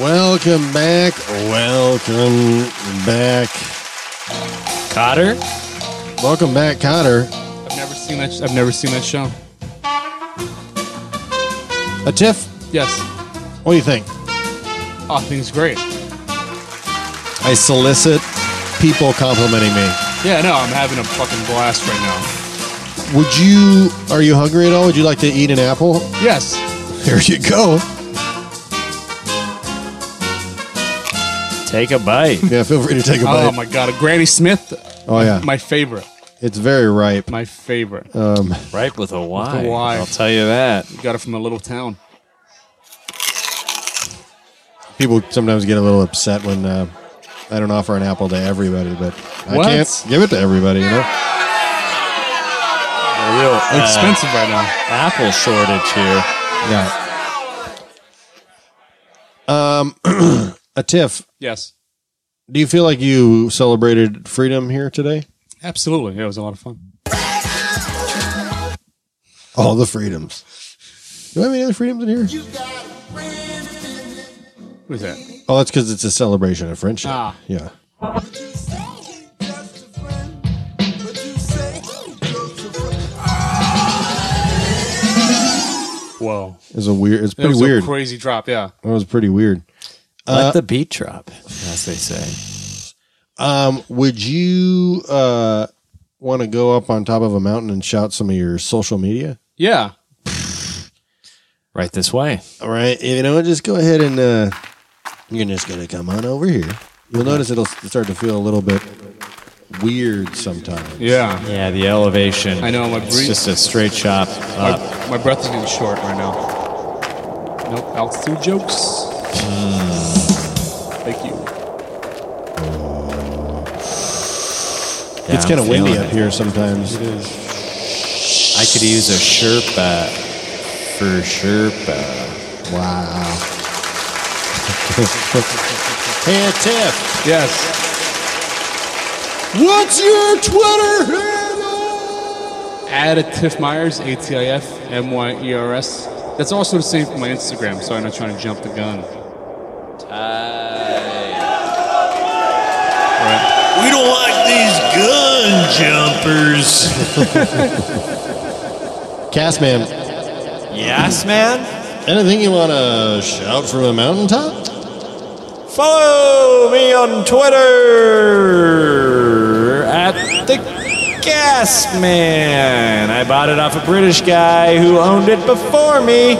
Speaker 3: Welcome back. Welcome back.
Speaker 6: Cotter?
Speaker 3: Welcome back, Cotter.
Speaker 7: I've never seen that. I've never seen that show.
Speaker 3: A Uh, Tiff,
Speaker 7: Yes.
Speaker 3: what do you think?
Speaker 7: Oh, things great.
Speaker 3: I solicit people complimenting me.
Speaker 7: Yeah, no, I'm having a fucking blast right now.
Speaker 3: Would you, are you hungry at all? Would you like to eat an apple? *laughs*
Speaker 7: Yes.
Speaker 3: There you go.
Speaker 6: Take a *laughs* bite.
Speaker 3: Yeah, feel free to take a
Speaker 7: Oh
Speaker 3: bite.
Speaker 7: my god, a Granny Smith.
Speaker 3: Oh, yeah.
Speaker 7: My favorite.
Speaker 3: It's very ripe.
Speaker 7: My favorite.
Speaker 3: Um,
Speaker 6: Right with a Y.
Speaker 7: With a Y.
Speaker 6: I'll tell you that.
Speaker 7: Got it from a little town.
Speaker 3: people sometimes get a little upset when uh, I don't offer an apple to everybody, but I
Speaker 7: What?
Speaker 3: can't give it to everybody, you know?
Speaker 6: A real uh,
Speaker 7: Expensive right now.
Speaker 6: apple shortage here.
Speaker 3: Yeah. Um, *clears throat* a Tiff,
Speaker 7: Yes.
Speaker 3: do you feel like you celebrated freedom here today?
Speaker 7: Absolutely. Yeah, it was a lot of fun.
Speaker 3: All the freedoms. Do I have any other freedoms in here?
Speaker 7: Who's that?
Speaker 3: Oh, that's because it's a celebration of friendship.
Speaker 7: Ah.
Speaker 3: Yeah.
Speaker 7: Whoa.
Speaker 3: It's a weird. It's
Speaker 7: That was
Speaker 3: pretty
Speaker 7: a
Speaker 3: weird.
Speaker 7: crazy drop, yeah.
Speaker 3: That was pretty weird.
Speaker 6: Let
Speaker 3: Uh,
Speaker 6: the beat drop, as they say.
Speaker 3: um, would you uh, want to go up on top of a mountain and shout some of your social media?
Speaker 7: Yeah.
Speaker 6: Right this way.
Speaker 3: All right. You know, just go ahead and uh, you're just going to come on over here. You'll notice it'll start to feel a little bit weird sometimes.
Speaker 7: Yeah.
Speaker 6: Yeah, the elevation.
Speaker 7: I know, my
Speaker 6: It's
Speaker 7: breath-
Speaker 6: just a straight shot up.
Speaker 7: My, my breath is getting short right now. Nope, altitude jokes.
Speaker 6: Hmm.
Speaker 7: Thank you.
Speaker 6: Yeah,
Speaker 3: it's
Speaker 6: I'm
Speaker 3: kind of windy
Speaker 6: feeling
Speaker 3: up
Speaker 6: it.
Speaker 3: here sometimes. It
Speaker 7: is.
Speaker 6: I could use a Sherpa for Sherpa.
Speaker 3: Wow. hey, Tiff.
Speaker 7: Yes.
Speaker 3: What's your Twitter
Speaker 7: Add a Tiff Myers, A T I F M Y E R S. That's also the same for my Instagram, so I'm not trying to jump the gun.
Speaker 8: We don't like these gun jumpers.
Speaker 6: *laughs*
Speaker 3: Castman.
Speaker 6: Yes, man.
Speaker 3: Anything you want to shout from a mountaintop?
Speaker 6: Follow me on Twitter at the Gas Man. I bought it off a British guy who owned it before me.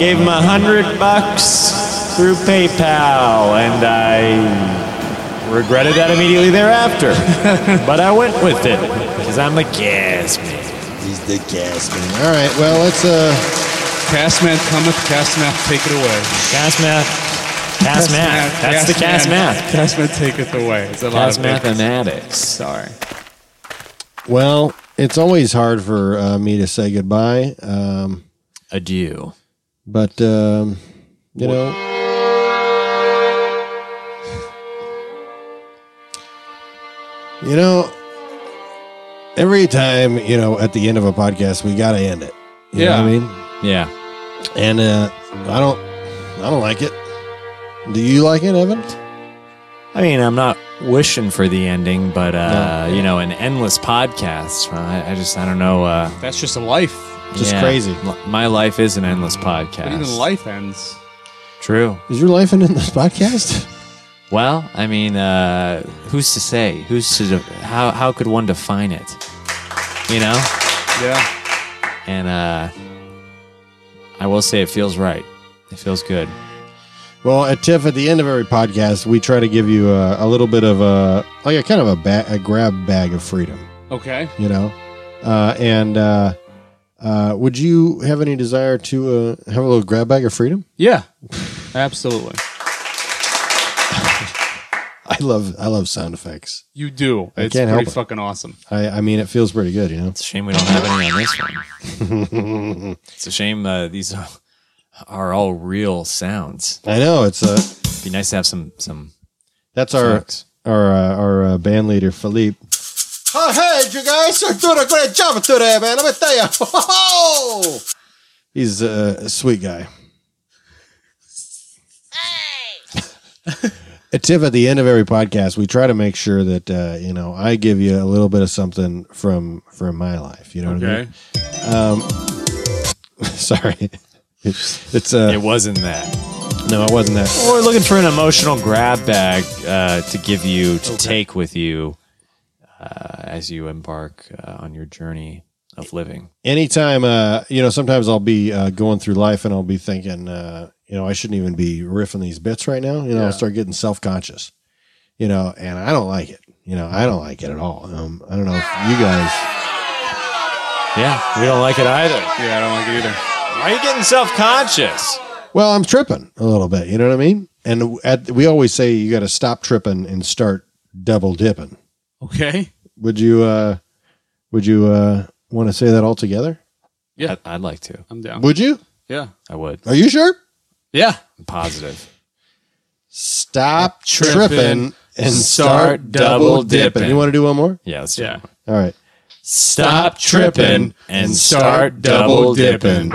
Speaker 6: Gave him a hundred bucks through PayPal, and I regretted that immediately *laughs* thereafter. but I went with it because I'm the Gas Man.
Speaker 8: He's the gas man.
Speaker 3: All right. Well, let's. Uh,
Speaker 7: Castman cometh, Castman take it away.
Speaker 6: Castman. Castman. That's the Castman.
Speaker 7: Castman taketh away. It's a lot
Speaker 6: Gas
Speaker 7: of it.
Speaker 6: Mathematics.
Speaker 7: Sorry.
Speaker 3: Well, it's always hard for uh, me to say goodbye. Um,
Speaker 6: Adieu.
Speaker 3: But, um, you know. You know, every time, you know, at the end of a podcast, we got to end it. You know what I
Speaker 6: Yeah.
Speaker 3: mean?
Speaker 6: Yeah.
Speaker 3: And uh, I don't, I don't like it. Do you like it, Evan?
Speaker 6: I mean, I'm not wishing for the ending, but uh, you know, an endless podcast. I, I just, I don't know. Uh,
Speaker 7: That's just a life.
Speaker 3: Just
Speaker 6: yeah.
Speaker 3: crazy.
Speaker 6: L- My life is an endless
Speaker 7: But even
Speaker 6: podcast.
Speaker 7: life ends.
Speaker 6: True.
Speaker 3: Is your life in this podcast?
Speaker 6: Well, I mean, uh, who's to say? Who's to? De- how how could one define it? You know.
Speaker 7: Yeah.
Speaker 6: And uh, I will say, it feels right. It feels good.
Speaker 3: *laughs* Well, at TIFF, at the end of every podcast, we try to give you a, a little bit of a, like a kind of a, ba- a grab bag of freedom,
Speaker 7: Okay.
Speaker 3: you know? Uh, and uh, uh, would you have any desire to uh, have a little grab bag of freedom?
Speaker 7: Yeah. Absolutely.
Speaker 3: I love I love sound effects.
Speaker 7: You do.
Speaker 3: I
Speaker 7: it's
Speaker 3: can't help
Speaker 7: pretty
Speaker 3: it.
Speaker 7: fucking awesome.
Speaker 3: I, I mean, it feels pretty good, you know?
Speaker 6: It's a shame we don't have any on
Speaker 3: *laughs*
Speaker 6: this one. it's a shame uh, these are, are all real sounds.
Speaker 3: I know. It's a,
Speaker 6: Be nice to have some some.
Speaker 3: that's our,
Speaker 6: Sucks.
Speaker 3: our, uh, our uh, band leader, Philippe.
Speaker 12: Oh, hey, you guys are doing a great job today, man. Let me tell you.
Speaker 3: He's a, a sweet guy. *laughs* A tip at the end of every podcast, we try to make sure that uh, you know I give you a little bit of something from from my life. You know
Speaker 7: Okay.
Speaker 3: what I mean? Um, *laughs* sorry, it's, it's uh,
Speaker 6: It wasn't that.
Speaker 3: no, it wasn't that.
Speaker 6: We're looking for an emotional grab bag uh, to give you to take with you uh, as you embark uh, on your journey of living.
Speaker 3: anytime uh you know sometimes i'll be uh going through life and i'll be thinking uh you know i shouldn't even be riffing these bits right now you know i'll start getting self-conscious you know and i don't like it you know i don't like it at all um i don't know if you guys
Speaker 6: Yeah, we don't like it either.
Speaker 7: Yeah, I don't like it either.
Speaker 6: Why are you getting self conscious?
Speaker 3: well i'm tripping a little bit you know what i mean and at, we always say you got to stop tripping and start double dipping
Speaker 7: Okay.
Speaker 3: would you uh would you uh want to say that all together
Speaker 7: Yeah.
Speaker 6: I, I'd like to.
Speaker 7: I'm down.
Speaker 3: would you
Speaker 7: Yeah.
Speaker 6: I would.
Speaker 3: are you sure
Speaker 7: Yeah.
Speaker 6: I'm positive.
Speaker 3: stop tripping,
Speaker 7: Tripping,
Speaker 3: and start,
Speaker 6: start
Speaker 3: double,
Speaker 6: double
Speaker 3: dipping.
Speaker 6: dipping.
Speaker 3: you want to do one more
Speaker 6: Yeah, let's do
Speaker 7: Yeah.
Speaker 6: it.
Speaker 3: all right
Speaker 6: Stop tripping and start double dipping.